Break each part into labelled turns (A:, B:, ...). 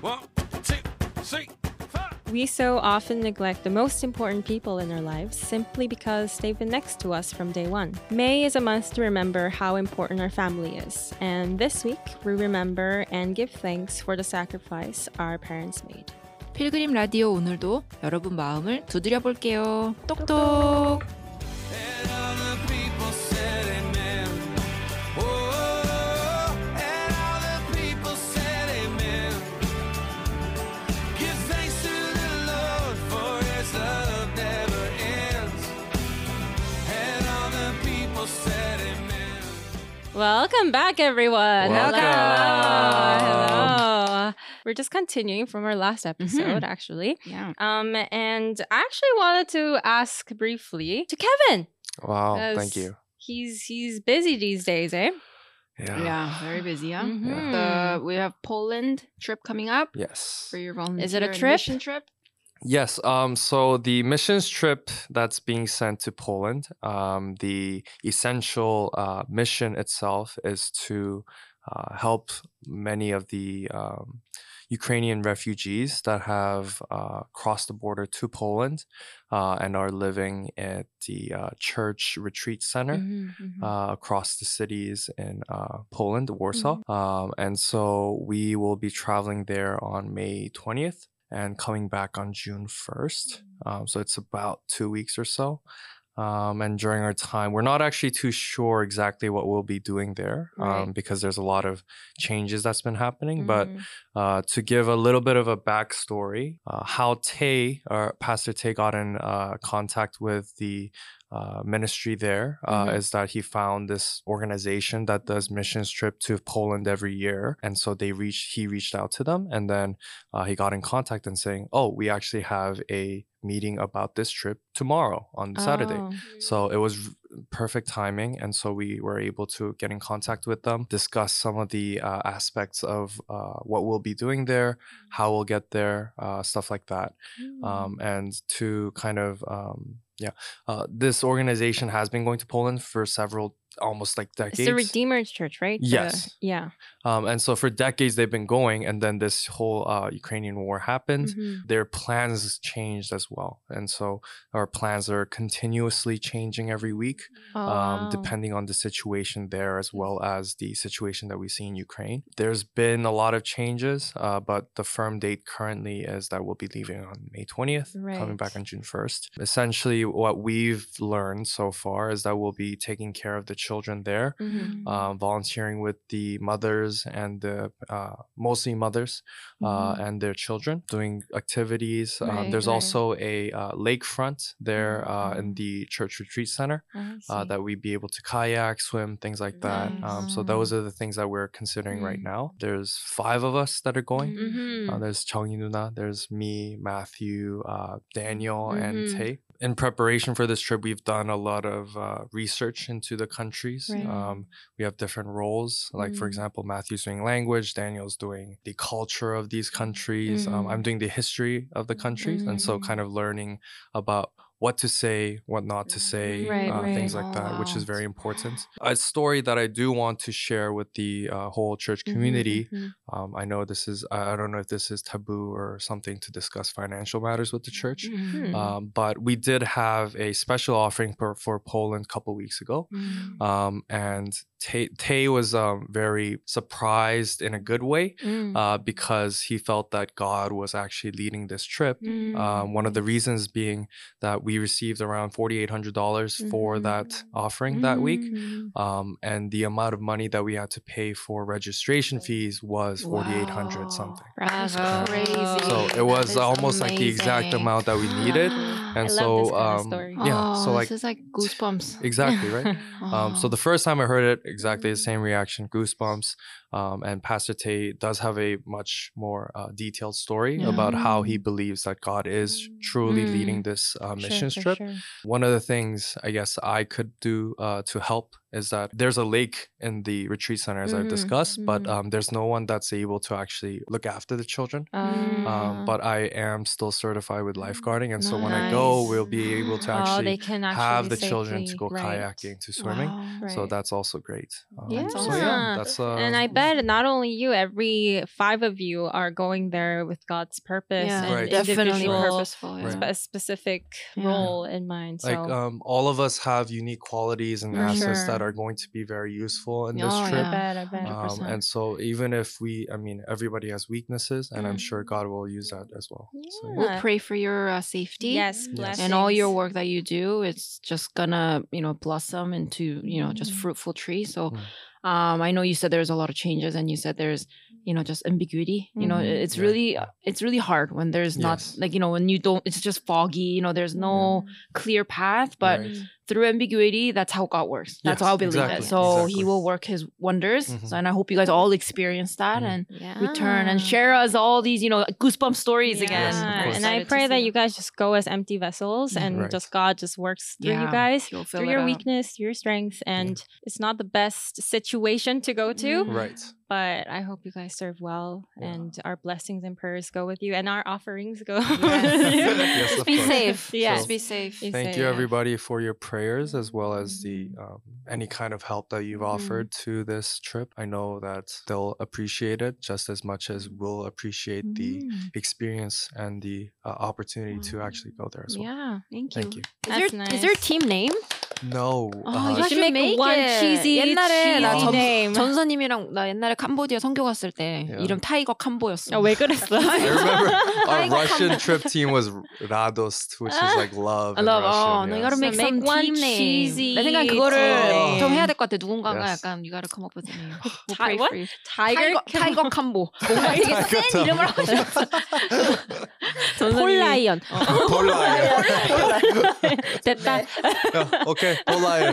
A: One, two, three, four.
B: We so often neglect the most important people in our lives simply because they've been next to us from day one. May is a month to remember how important our family is, and this week we remember and give thanks for the sacrifice our parents made.
C: 필그림 라디오 오늘도 여러분 마음을 두드려 볼게요. 똑똑.
A: And all the people said amen. Oh, and all the people said amen. Give thanks to the Lord for his love never ends. And all the people said amen.
B: Welcome back, everyone.
C: Welcome.
B: Hello. Hello. We're just continuing from our last episode, actually.
C: Yeah.
B: Um, and I actually wanted to ask briefly to Kevin.
D: Wow,
B: Yes.
D: thank you.
B: He's he's busy these days, eh?
D: Yeah.
C: Yeah, very busy. Yeah.
B: Mhm.
C: The, we have Poland trip coming up
D: Yes.
C: for your volunteer.
B: Is it a
C: and
B: trip?
C: mission trip?
D: Yes. Um. So the missions trip that's being sent to Poland, um, the essential uh, mission itself is to uh, help many of the um, Ukrainian refugees that have uh, crossed the border to Poland uh, and are living at the uh, church retreat center.
E: Mm-hmm.
C: Mm-hmm,
D: uh, across the cities in uh, Poland, Warsaw. Um, and so we will be traveling there on May 20th and coming back on June 1st. Um, so it's about two weeks or so. Um, and during our time, we're not actually too sure exactly what we'll be doing there um,
B: Right.
D: because there's a lot of changes that's been happening. But uh, to give a little bit of a backstory, uh, how Tay, or Pastor Tay, got in uh, contact with the uh, ministry there uh,
B: Mhm.
D: is that he found this organization that does missions trip to Poland every year, and so they reached. He reached out to them, and then uh, he got in contact and saying, "Oh, we actually have a meeting about this trip tomorrow on Saturday."
B: Oh.
D: So it was r- perfect timing. And so we were able to get in contact with them, discuss some of the uh, aspects of uh, what we'll be doing there, how we'll get there, uh, stuff like that. Um, and to kind of, um, yeah, uh, this organization has been going to Poland for several, almost like decades.
B: it's the Redeemer's Church, right? The-
D: Yes.
B: yeah.
D: um, and so for decades, they've been going. And then this whole uh, Ukrainian war happened
B: Mhm.
D: their plans changed as well. And so our plans are continuously changing every week,
B: Oh,
D: um,
B: wow.
D: depending on the situation there as well as the situation that we see in Ukraine. There's been a lot of changes, uh, but the firm date currently is that we'll be leaving on May 20th, coming back
B: Right.
D: on June 1st. Essentially, what we've learned so far is that we'll be taking care of the children there
B: Mhm.
C: mm-hmm.
D: um, volunteering with the mothers and the uh, mostly mothers
B: Mm-hmm.
D: uh, and their children doing activities um,
B: Right,
D: there's
B: right.
D: also a uh, lakefront there uh, in
B: Mhm.
D: the church retreat center
B: I
D: uh,
B: see.
D: that we'd be able to kayak swim things like that um, so
C: Nice.
D: those are the things that we're considering right
C: Mm.
D: now there's five of us that are going
B: Mhm.
D: uh, there's Cheongi Nuna, there's me, Matthew, uh, Daniel, and
B: Mhm.
D: Tay. In preparation for this trip, we've done a lot of uh, research into the countries.
B: Right.
D: Um, we have different roles. Like, for
B: Mm.
D: example, Matthew's doing language, Daniel's doing the culture of these countries.
B: Mm-hmm.
D: Um, I'm doing the history of the countries. And so,
C: Mm.
D: kind of learning about what to say, what not to say,
B: Right,
D: uh, things
C: right.
D: like
C: Oh,
D: that, which is
C: wow.
D: very important. A story that I do want to share with the uh, whole church community
B: Mhm.
D: um, I know this is, I I don't know if this is taboo or something to discuss financial matters with the church,
C: Mm-hmm.
E: Mm-hmm.
B: Mhm.
D: um, but we did have a special offering for, for Poland a couple weeks ago.
B: Mhm.
D: Um, and Tay, Tay was um, very surprised in a good way
B: Mhm.
D: uh, because he felt that God was actually leading this trip.
C: Mm-hmm.
B: Mhm.
D: Um, one of the reasons being that we received around $4,800 dollars for that
B: Mhm.
D: offering that week
B: Mhm.
D: um, and the amount of money that we had to pay for registration fees was 4800
C: Mm-hmm. Wow.
D: something
C: That's
B: Bravo.
C: crazy.
D: so
C: That
D: it was
C: is
D: almost like the exact
C: amazing.
D: amount that we needed
B: I
D: and
B: love
D: so
B: this kind of
D: um,
B: story.
D: yeah
C: oh,
D: so like
C: this is like goosebumps.
D: exactly right um, so
C: Oh.
D: the first time I heard it, exactly
B: Mm-hmm.
D: the same reaction, goosebumps. Um, and Pastor Tay does have a much more uh, detailed story
C: Yeah.
D: about how he believes that God is truly
B: Mm.
D: leading this uh,
B: Sure,
D: mission
B: sure,
D: trip.
B: sure.
D: One of the things I guess I could do uh, to help is that there's a lake in the retreat center, as I've
B: Mhm,
D: discussed, but
B: mhm.
D: um, there's no one that's able to actually look after the children.
B: Um,
D: Um,
E: Ah.
D: but I am still certified with lifeguarding, and so when I go, we'll be able to
B: Mm, oh,
D: actually
B: they can
D: have the
B: actually
D: children to
B: safely-
D: go
B: right.
D: kayaking, to swimming.
E: Wow.
D: So
B: Right.
D: that's also great. Um,
B: That's
D: So yeah,
B: awesome.
D: that's uh,
B: and I bet not only you, every five of you are going there with God's purpose
E: Yeah,
B: and
D: Right.
E: definitely
B: individual
E: purposeful.
D: Right.
E: Yeah.
B: a specific
E: Yeah.
B: role in mind. So
D: like um, all of us have unique qualities and
B: For
D: assets
B: sure.
D: that are going to be very useful in this
E: Oh,
B: I
D: trip.
E: yeah.
B: bet, I bet.
E: Yeah.
D: Um,
E: 100%.
D: and so even if we, I mean, everybody has weaknesses, and I'm
B: Mm.
D: sure
E: Mm-hmm.
D: God will use that as well. So,
B: Yeah.
E: We'll pray for your uh, safety.
B: Yes,
D: And
B: blessings.
E: And all your work that you do, it's just gonna, you know, blossom into, you know, just
B: Mm.
E: fruitful tree. So,
D: Mm.
E: um, I know you said there's a lot of changes, and you said there's, you know, just ambiguity. You know,
B: Mhm.
E: it's
D: Yeah,
E: really, uh,
D: yeah.
E: it's really hard when there's not,
D: Yes.
E: like, you know, when you don't, it's just foggy. You know, there's no clear path, but
D: Right.
E: through ambiguity, that's how God works. That's
D: Yes,
E: how I believe
D: exactly,
E: it. So
D: exactly.
E: He will work His wonders.
D: Mhm.
E: So, and I hope you guys all experience that
D: Mhm.
E: and
B: Yeah.
E: return and share us all these, you know, goosebump stories again.
D: Yes, of
B: Yeah,
D: course.
B: and I pray that you guys just go as empty vessels
E: Mhm.
B: and
D: Right.
B: just God just works through you
E: Yeah.
B: guys.
E: you
B: Through your weakness, through your strength, and it's not the best situation to go to,
E: Mhm.
D: Mm-hmm. Right.
B: but I hope you guys serve well
D: Yeah.
B: and our blessings and prayers go with you and our offerings go.
D: Yes,
B: with
D: of
B: you.
D: Be course.
E: safe.
B: Yes.
D: So-
E: Just be safe.
B: Be
D: Thank
B: safe.
D: you, everybody, for your prayers as well as the
E: Mm-hmm.
D: um, any kind of help that you've
E: Mhm.
D: offered to this trip. I know that they'll appreciate it just as much as we'll appreciate the
E: Mm-hmm.
D: experience and the uh, opportunity to actually go there as well.
E: Yeah, thank you.
D: Thank you.
B: That's
F: is, there, is there a
B: nice.
F: team name?
D: No. uh,
E: 아,
B: Oh, You
E: You
B: should
F: should
B: make,
F: make
B: one
F: it.
B: cheesy,
E: 옛날에 나
B: cheesy
E: 점-
B: name.
E: 전서님이랑 나 옛날에 캄보디아 선교 갔을 때
D: Yeah.
E: 이름 타이거
B: 아,
E: 캄보였어.
B: 왜 그랬어?
D: I remember Oh, our
E: Like a
D: Russian
E: com-
D: trip team was Radost, which is like love.
E: I
D: in
E: love.
D: Russian,
E: 어, 너
D: yes.
E: you gotta make
B: So make
E: some
B: one
E: team
B: cheesy
E: name. 내 생각엔
B: team
E: 그거를 좀 해야 될 것 같아. 누군가가
D: Yes.
E: 약간 you gotta come up with a name. We'll
B: 타-
E: pray
B: what?
E: for you.
B: Tiger
E: 타이거- 타이거 캄보. 뭔가 되게
D: 타이거
E: 센 이름을
D: 캄보.
E: 하고 싶어.
F: 폴라이언.
D: 어, Pollion.
B: 됐다.
D: Yeah, okay, Pollion.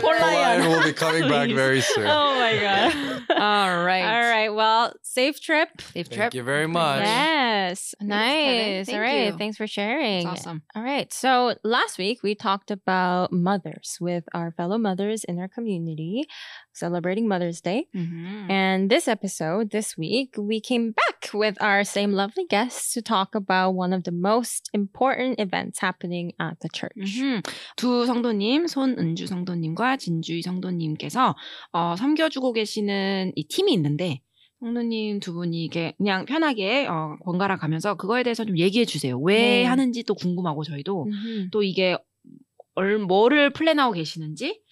B: Pollion.
D: Pollion will be coming back
B: Please.
D: very soon.
B: Oh my god.
E: All right.
B: All right. Well, safe trip.
E: Safe
D: Thank
E: trip.
D: you very much.
B: Yes.
E: Kevin.
B: Nice. All
E: Thank
B: right.
E: you.
B: Thanks for sharing.
E: It's awesome.
B: All right. So last week we talked about mothers with our fellow mothers in our community celebrating Mother's Day.
E: Mm-hmm.
B: And this episode, this week, we came back with our same lovely guests to talk about one of the most important events happening at the church.
E: 음흠. 두 성도님, 손은주 성도님과 진주희 성도님께서 어, 섬겨주고 계시는 이 팀이 있는데 성도님 두 분이 이게 그냥 편하게 어, 번갈아 가면서 그거에 대해서 좀 얘기해 주세요. 왜
B: 네.
E: 하는지 또 궁금하고 저희도
B: Mhm.
E: 또 이게 얼, 뭐를 플랜하고 계시는지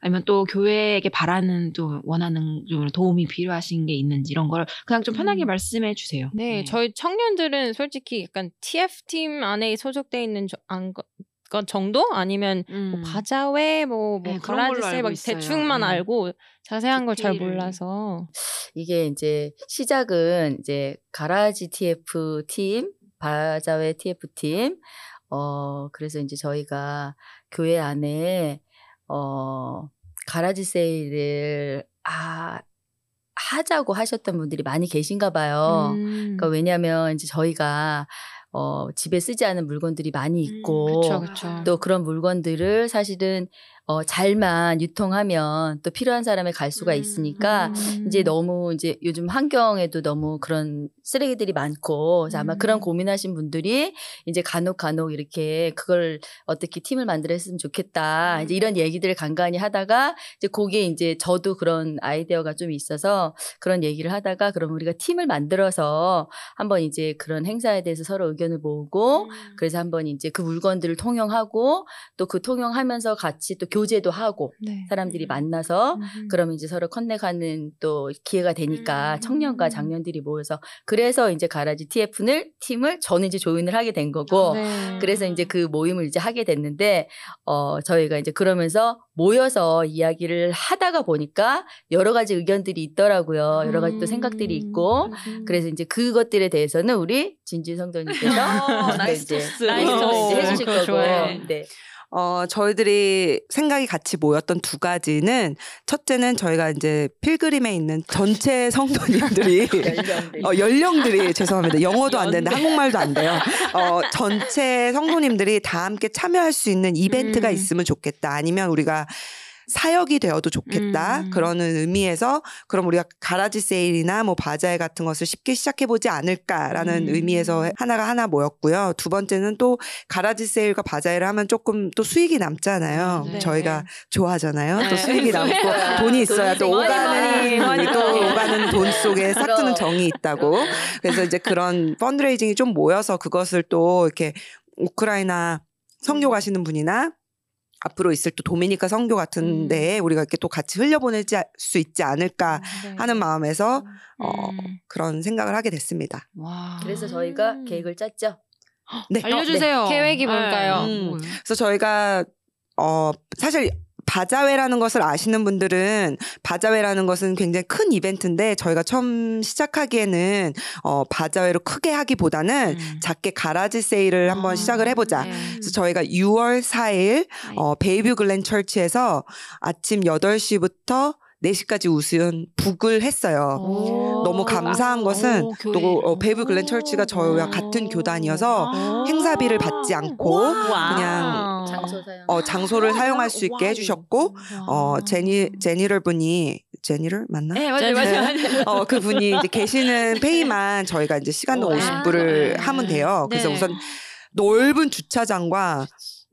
E: 아니면 또 교회에게 바라는 또 원하는 좀 도움이 필요하신 게 있는지 이런 걸 그냥 좀 편하게
B: 음.
E: 말씀해 주세요.
B: 네, 저희 청년들은 솔직히 약간 TF 팀 안에 소속돼 있는 저, 안, 거- 것 정도 아니면
E: 음.
B: 뭐 바자회 뭐뭐
E: 네, 그런 걸로
B: 브라질세 막
E: 알고 있어요.
B: 대충만
E: 음.
B: 알고 자세한 걸 잘
E: 디테일을.
B: 몰라서
G: 이게 이제 시작은 이제 가라지 TF 팀, 바자회 TF 팀, 어, 그래서 이제 저희가 교회 안에, 어, 가라지 세일을, 아, 하자고 하셨던 분들이 많이 계신가 봐요.
B: 음.
G: 그러니까 왜냐면 이제 저희가, 어, 집에 쓰지 않은 물건들이 많이 있고,
B: 음, 그쵸 그쵸
G: 또 그런 물건들을 사실은, 어, 잘만 유통하면 또 필요한 사람에 갈 수가
E: 음,
G: 있으니까
B: 음.
G: 아, 이제 너무 이제 요즘 환경에도 너무 그런 쓰레기들이 많고 그래서 아마
B: 음.
G: 그런 고민하신 분들이 이제 간혹 간혹 이렇게 그걸 어떻게 팀을 만들어 했으면 좋겠다 이제
B: 음.
G: 이런 얘기들을 간간히 하다가 이제 거기에 이제 저도 그런 아이디어가 좀 있어서 그런 얘기를 하다가 그럼 우리가 팀을 만들어서 한번 이제 그런 행사에 대해서 서로 의견을 모으고 그래서
B: 음.
G: 한번 이제 그 물건들을 통용하고 또 그 통용하면서 같이 또 교제도 하고
B: 네.
G: 사람들이
E: 음.
G: 만나서
B: 음.
G: 그럼 이제 서로 컨넥하는 또 기회가 되니까
E: 음.
G: 청년과 장년들이 모여서 그래서 이제 가라지 TF를 팀을 저는 이제 조인을 하게 된 거고
B: 네.
G: 그래서 이제 그 모임을 이제 하게 됐는데 어 저희가 이제 그러면서 모여서 이야기를 하다가 보니까 여러 가지 의견들이 있더라고요 여러 가지 또 생각들이 있고
B: 음.
G: 그래서 이제 그것들에 대해서는 우리 진지 성도님께서
E: 나이스
G: 이제
E: 토스.
B: 나이스
G: 이제
B: 토스.
G: 해주실
B: 그거
G: 거고
B: 좋아요.
G: 네.
C: 어, 저희들이 생각이 같이 모였던 두 가지는 첫째는 저희가 이제 필그림에 있는 전체 성도님들이
G: 연령들.
C: 어, 연령들이 죄송합니다. 영어도 안 되는데 한국말도 안 돼요. 어, 전체 성도님들이 다 함께 참여할 수 있는 이벤트가
B: 음.
C: 있으면 좋겠다. 아니면 우리가
H: 사역이 되어도 좋겠다.
C: 음.
H: 그러는 의미에서 그럼 우리가 가라지 세일이나 뭐 바자회 같은 것을 쉽게 시작해 보지 않을까라는
C: 음.
H: 의미에서 하나가 하나 모였고요. 두 번째는 또 가라지 세일과 바자회를 하면 조금 또 수익이 남잖아요.
C: 네.
H: 저희가 좋아하잖아요.
G: 네.
H: 또 수익이 남고
G: 그래요.
H: 돈이 있어야 또
G: 돈이
H: 오가는
B: 있어요. 머니, 머니,
H: 또
B: 머니.
H: 오가는 돈 속에 싹
G: 그럼.
H: 트는 정이 있다고. 그래서 이제 그런 펀드레이징이 좀 모여서 그것을 또 이렇게 우크라이나 선교 가시는 분이나 앞으로 있을 또 도미니카 선교 같은
B: 음.
H: 데에 우리가 이렇게 또 같이 흘려보내지 아- 수 있지 않을까
B: 네.
H: 하는 마음에서 어,
C: 음.
H: 그런 생각을 하게 됐습니다.
C: 와.
G: 그래서 저희가
E: 아.
B: 음.
G: 계획을 짰죠.
H: 네.
C: 알려주세요.
B: 계획이 뭘까요?
C: 네.
H: 음. 그래서 저희가 어 사실 바자회라는 것을 아시는 분들은 바자회라는 것은 굉장히 큰 이벤트인데 저희가 처음 시작하기에는 어 바자회로 크게 하기보다는
C: 음.
H: 작게 가라지 세일을 한번
C: 아,
H: 시작을 해보자.
C: 네.
H: 그래서 저희가 6월 4일 어, 베이뷰 글렌 철치에서 아침 8시부터 4시까지 우수연 북을 했어요.
C: 오.
H: 너무 감사한 것은
C: 오, 교회.
H: 또 어, 베이브 글렌 철치가 저희와 같은 교단이어서 행사비를 받지 않고 그냥
G: 장소 사용.
H: 어, 장소를 사용할 수 있게 해주셨고 어, 제니 제니럴 분이 제니럴 맞나?
C: 네, 맞아요, 맞아요. 맞아요.
H: 어, 그 분이 이제 계시는 페이만 저희가 이제 시간당
C: 오,
H: 50불을
C: 아.
H: 하면 돼요. 그래서
C: 네.
H: 우선 넓은 주차장과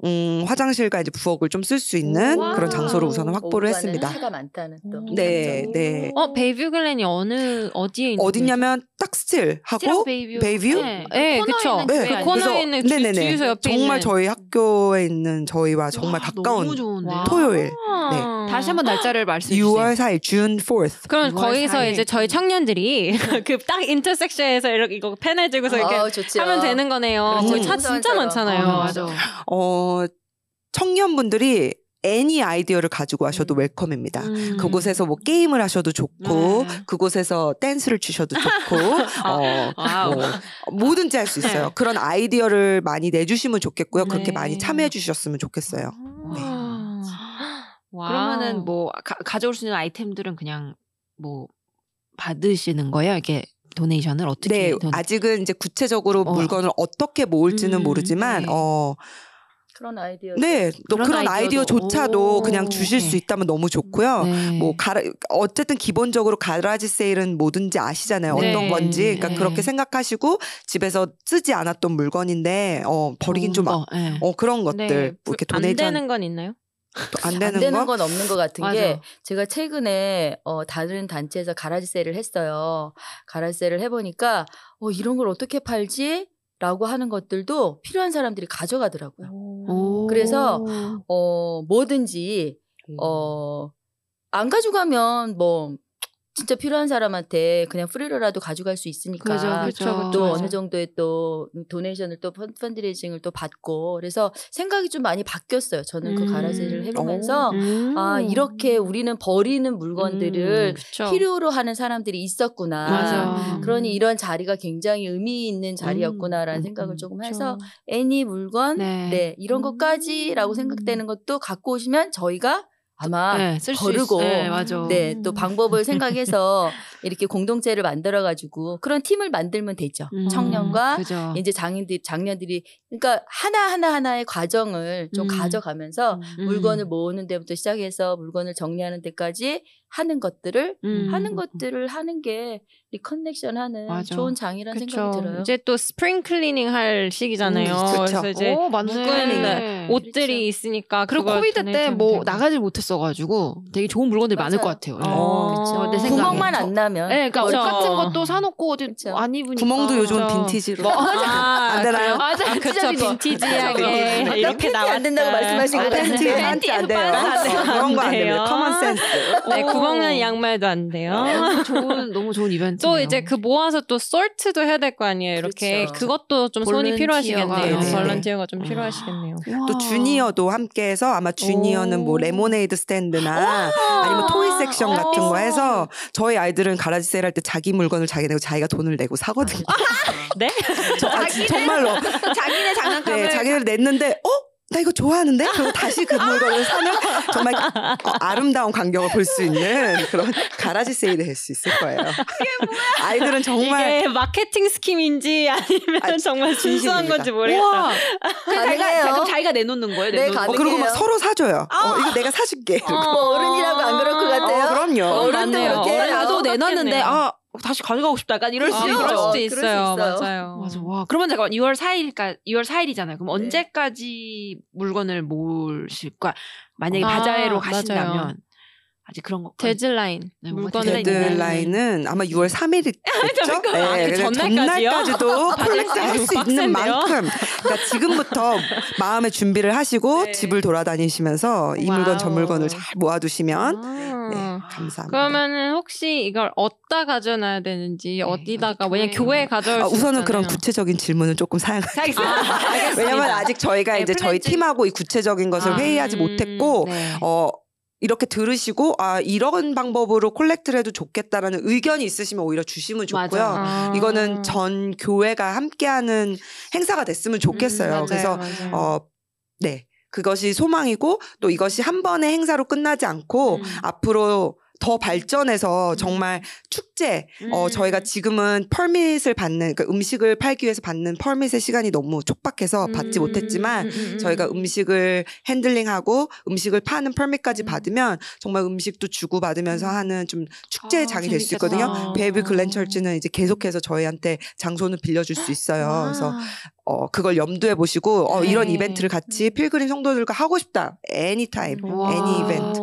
H: 음, 화장실 까지 부엌을 좀 쓸 수 있는
C: 와.
H: 그런 장소를 우선 확보를
G: 오후가는
H: 했습니다.
G: 해가 어, 많다는 또.
H: 네,
G: 장점.
H: 네.
B: 어 베이뷰 글랜이 어느 어디에 있는
H: 어디냐면 딱 스틸 하고
C: 베이뷰.
H: 베이뷰?
C: 네.
B: 네,
C: 그
B: 그쵸.
C: 코너에 있는
H: 네,
C: 교회
B: 그
C: 아니에요?
H: 코너
B: 코너에
H: 그래서-
B: 있는
H: 네네, 네.
B: 주유소 옆에
H: 정말
B: 있는.
H: 저희 학교에 있는 저희와 정말
C: 와,
H: 가까운
C: 너무 좋은데요?
H: 네, 토요일
B: 아.
E: 다시 한번 날짜를
C: 아,
E: 말씀해 주세요.
H: 6월 4일 June 4th.
B: 그럼
C: 6월
B: 거기서
C: 사일.
B: 이제 저희 청년들이 그 딱 인터섹션에서 이렇게 이거 펜을 들고서 이렇게
G: 어, 좋죠.
B: 하면 되는 거네요.
G: 그렇죠.
B: 거기 차 진짜
G: 풍선처럼.
B: 많잖아요.
C: 어, 맞아.
H: 어 청년분들이 애니 아이디어를 가지고 와셔도 웰컴입니다.
B: 음.
H: 그곳에서 뭐 게임을 하셔도 좋고
C: 네.
H: 그곳에서 댄스를 추셔도 좋고 어,
C: 와우.
H: 뭐, 뭐든지 할 수 있어요. 그런 아이디어를 많이 내주시면 좋겠고요.
B: 네.
H: 그렇게 많이 참여해 주셨으면 좋겠어요.
B: 아. 와.
E: 그러면은 뭐 가, 가져올 수 있는 아이템들은 그냥 뭐 받으시는 거예요? 이렇게 도네이션을 어떻게?
H: 네,
E: 돈-
H: 아직은 이제 구체적으로
E: 어.
H: 물건을 어떻게 모을지는
C: 음,
H: 모르지만,
C: 네.
H: 어,
G: 그런 아이디어.
H: 네, 또
E: 그런
H: 그런, 아이디어조차도
E: 아이디어도-
H: 그냥
E: 오,
H: 주실 수
E: 네.
H: 있다면 너무 좋고요.
E: 네.
H: 뭐 가라, 어쨌든 기본적으로 가라지 세일은 뭐든지 아시잖아요.
B: 네.
H: 어떤 건지. 그러니까
E: 네.
H: 그렇게 생각하시고 집에서 쓰지 않았던 물건인데 어, 버리긴 좀 아,
E: 어, 예.
H: 어 그런
B: 네.
H: 것들 이렇게
B: 안
H: 도내지 않-
B: 되는 건 있나요?
H: 또안
G: 안
H: 되는,
G: 되는
H: 거.
G: 건 없는 것 같은
E: 맞아.
G: 게 제가 최근에 어, 다른 단체에서 가라지 세일을 했어요. 가라지 세일을 해보니까 어, 이런 걸 어떻게 팔지? 라고 하는 것들도 필요한 사람들이 가져가더라고요.
E: 오.
G: 그래서 어, 뭐든지 어, 안 가져가면 뭐 진짜 필요한 사람한테 그냥 프리로라도 가져갈 수 있으니까
E: 그죠, 그죠.
G: 또
E: 맞아요.
G: 어느 정도의 또 도네이션을 또 펀- 펀드레이징을 또 받고 그래서 생각이 좀 많이 바뀌었어요.
B: 음.
G: 저는 그 가라지를 해보면서
E: 어.
B: 음.
G: 아 이렇게 우리는 버리는 물건들을
B: 그쵸. 음.
G: 필요로 하는 사람들이 있었구나.
E: 음, 맞아.
G: 그러니 이런 자리가 굉장히 의미 있는 자리였구나라는
E: 음,
G: 생각을
E: 음,
G: 조금
B: 그쵸.
G: 해서 애니 물건 네,
E: 네.
G: 이런
B: 음.
G: 것까지라고 생각되는 것도 갖고 오시면 저희가 아마
E: 네, 쓸수
G: 거르고,
E: 있- 네, 맞아.
G: 네 또 방법을 생각해서 이렇게 공동체를 만들어 가지고 그런 팀을 만들면 되죠.
E: 음,
G: 청년과
E: 그죠.
G: 이제 장인들 장년들이 그러니까 하나 하나 하나의 과정을 좀
E: 음.
G: 가져가면서
E: 음.
G: 물건을 모으는 데부터 시작해서 물건을 정리하는 데까지 하는 것들을
E: 음.
G: 하는 것들을 하는 게 리커넥션 하는
E: 맞아.
G: 좋은 장이라는 생각이
B: 그쵸.
G: 들어요.
B: 이제 또 스프링 클리닝 할 시기잖아요.
H: 음, 그쵸.
B: 그래서 이제
E: 오, 맞네.
B: 묶은
G: 그렇죠.
B: 옷들이 있으니까
E: 그리고
B: 그걸
E: 코비드 때
B: 전해주면
E: 뭐
B: 되고.
E: 나가질 못했어가지고 되게 좋은 물건들이 많을 것
G: 맞아요.
E: 같아요.
B: 어, 그쵸.
E: 내 생각에.
G: 구멍만 안 나면
E: 네, 그러니까
B: 그쵸.
E: 옷 같은 것도 사놓고 어디
G: 그쵸.
E: 안 입으니까.
H: 구멍도 요즘 은
E: 그쵸.
H: 빈티지로.
B: 아,
H: 안 되나요?
B: 그래요?
E: 맞아,
B: 아, 그쵸.
E: 빈티지인 거.
B: 빈티지하게
E: 그쵸, 그쵸.
B: 네, 이렇게
G: 팬티
B: 나왔다.
G: 안 된다고 말씀하신 아, 거
H: 아, 팬티
G: 같은데.
H: 반지 안 돼요.
B: 반지 안 돼요.
H: 그런 거
B: 안
H: 안
B: 돼요.
H: 됩니다. 커먼 센스.
B: 네,
E: 오.
B: 구멍난 양말도 안 돼요.
E: 네, 너무 좋은 너무 좋은 이벤트.
B: 네. 또 이제 그 모아서 또 솔트도 해야 될 거 아니에요. 이렇게
G: 그렇죠. 아,
B: 그것도좀 손이
E: 볼런티어가-
B: 필요하시겠네요.
H: 네네.
B: 볼런티어가 좀 필요하시겠네요.
E: 아.
H: 또 주니어도 함께해서 아마 주니어는 뭐 레모네이드 스탠드나 아니면 토이 섹션 같은 거
B: 어.
H: 해서 저희 아이들은 가라지 세일할 때 자기 물건을 자기 내고 자기가 돈을 내고 사거든요.
B: 네?
H: 저- 아, 정말로
E: 자기네 장난감을
H: 네, 자기를 냈는데 어? 나 이거 좋아하는데? 그리고 다시 그 물건을 사면 정말 어, 아름다운 광경을 볼 수 있는 그런 가라지 세일을 할 수 있을 거예요. 아이들은 정말
B: 이게 마케팅 스킴인지 아니면
H: 아,
B: 정말 순수한
H: 진심입니다.
B: 건지 모르겠다.
G: 가능해요.
E: 그러니까 자기가, 자기가 내놓는 거예요.
G: 네,
E: 내놓는
H: 어,
E: 거.
G: 가능-
H: 그리고 막
G: 가능해요.
H: 서로 사줘요. 어, 이거 내가 사줄게. 이러고.
G: 어, 어른이라고 안 그럴 것 같아요.
H: 어, 그럼요.
G: 어른 때
B: 맞네요.
G: 그렇게 해요.
E: 나도 내놨는데
B: 똑같겠네요. 그렇죠.
E: 아 다시 가져가고 싶다. 약간 이럴
G: 아,
E: 수
G: 그럴
E: 있죠.
G: 수도
B: 있어요.
G: 그럴 수 있어요.
B: 맞아요.
E: 맞아. 와. 그러면 잠깐 6월 4일까 6월 4일이잖아요. 그럼
G: 네.
E: 언제까지 물건을 모실까? 만약에
B: 아, 맞아요.
E: 바자회로 가신다면 아직 그런 거
B: 데드라인
E: 네, 뭔가
B: 물건을
H: 데드라인은 아마 6월 3일이겠죠? 네,
B: 잠깐만. 아, 그 전날까지요? 아,
H: 전날까지도 콜렉트 할 수 있는
B: 빡센데요?
H: 만큼 그러니까 지금부터 마음의 준비를 하시고
B: 네.
H: 집을 돌아다니시면서 이
B: 와우.
H: 물건 저 물건을 잘 모아두시면
B: 아.
H: 네, 감사합니다.
B: 그러면은 혹시 이걸 어디다 가져놔야
G: 네,
B: 되는지 어디다가
E: 어디
B: 왜냐
E: 교회에
B: 교회에 가져올
H: 아,
B: 수
H: 우선은 그런
B: 있잖아요.
H: 구체적인 질문을 조금 사용.
B: 아,
H: 왜냐면 아직 저희가
B: 네,
H: 이제 저희
B: 플랜팅.
H: 팀하고 이 구체적인 것을
B: 아,
H: 회의하지
B: 음,
H: 못했고
E: 네.
H: 어 이렇게 들으시고 아 이런 방법으로 콜렉트를 해도 좋겠다라는 의견이 있으시면 오히려 주시면 좋고요.
E: 맞아요.
B: 아.
H: 어, 이거는 전 교회가 함께하는 행사가 됐으면 좋겠어요.
B: 음, 맞아요,
H: 그래서
B: 맞아요.
H: 어 네. 그것이 소망이고 또 이것이 한 번의 행사로 끝나지 않고
B: 음.
H: 앞으로 더 발전해서 정말 축제 어,
B: 음.
H: 저희가 지금은 펄밋을 받는, 그러니까 음식을 팔기 위해서 받는 펄밋의 시간이 너무 촉박해서 받지
B: 음,
H: 못했지만,
B: 음, 음, 음.
H: 저희가 음식을 핸들링하고 음식을 파는 펄밋까지
B: 음.
H: 받으면 정말 음식도 주고 받으면서 하는 좀 축제의
B: 아,
H: 장이 될 수
E: 재밌겠다.
H: 있거든요.
E: 아.
H: 베이비 글렌 철지는 이제 계속해서 저희한테 장소는 빌려줄 수
E: 아.
H: 있어요. 그래서 어, 그걸 염두에 보시고 어, 이런
B: 네.
H: 이벤트를
E: 음.
H: 같이 필그림 성도들과 하고 싶다. anytime,
E: 와.
H: any event,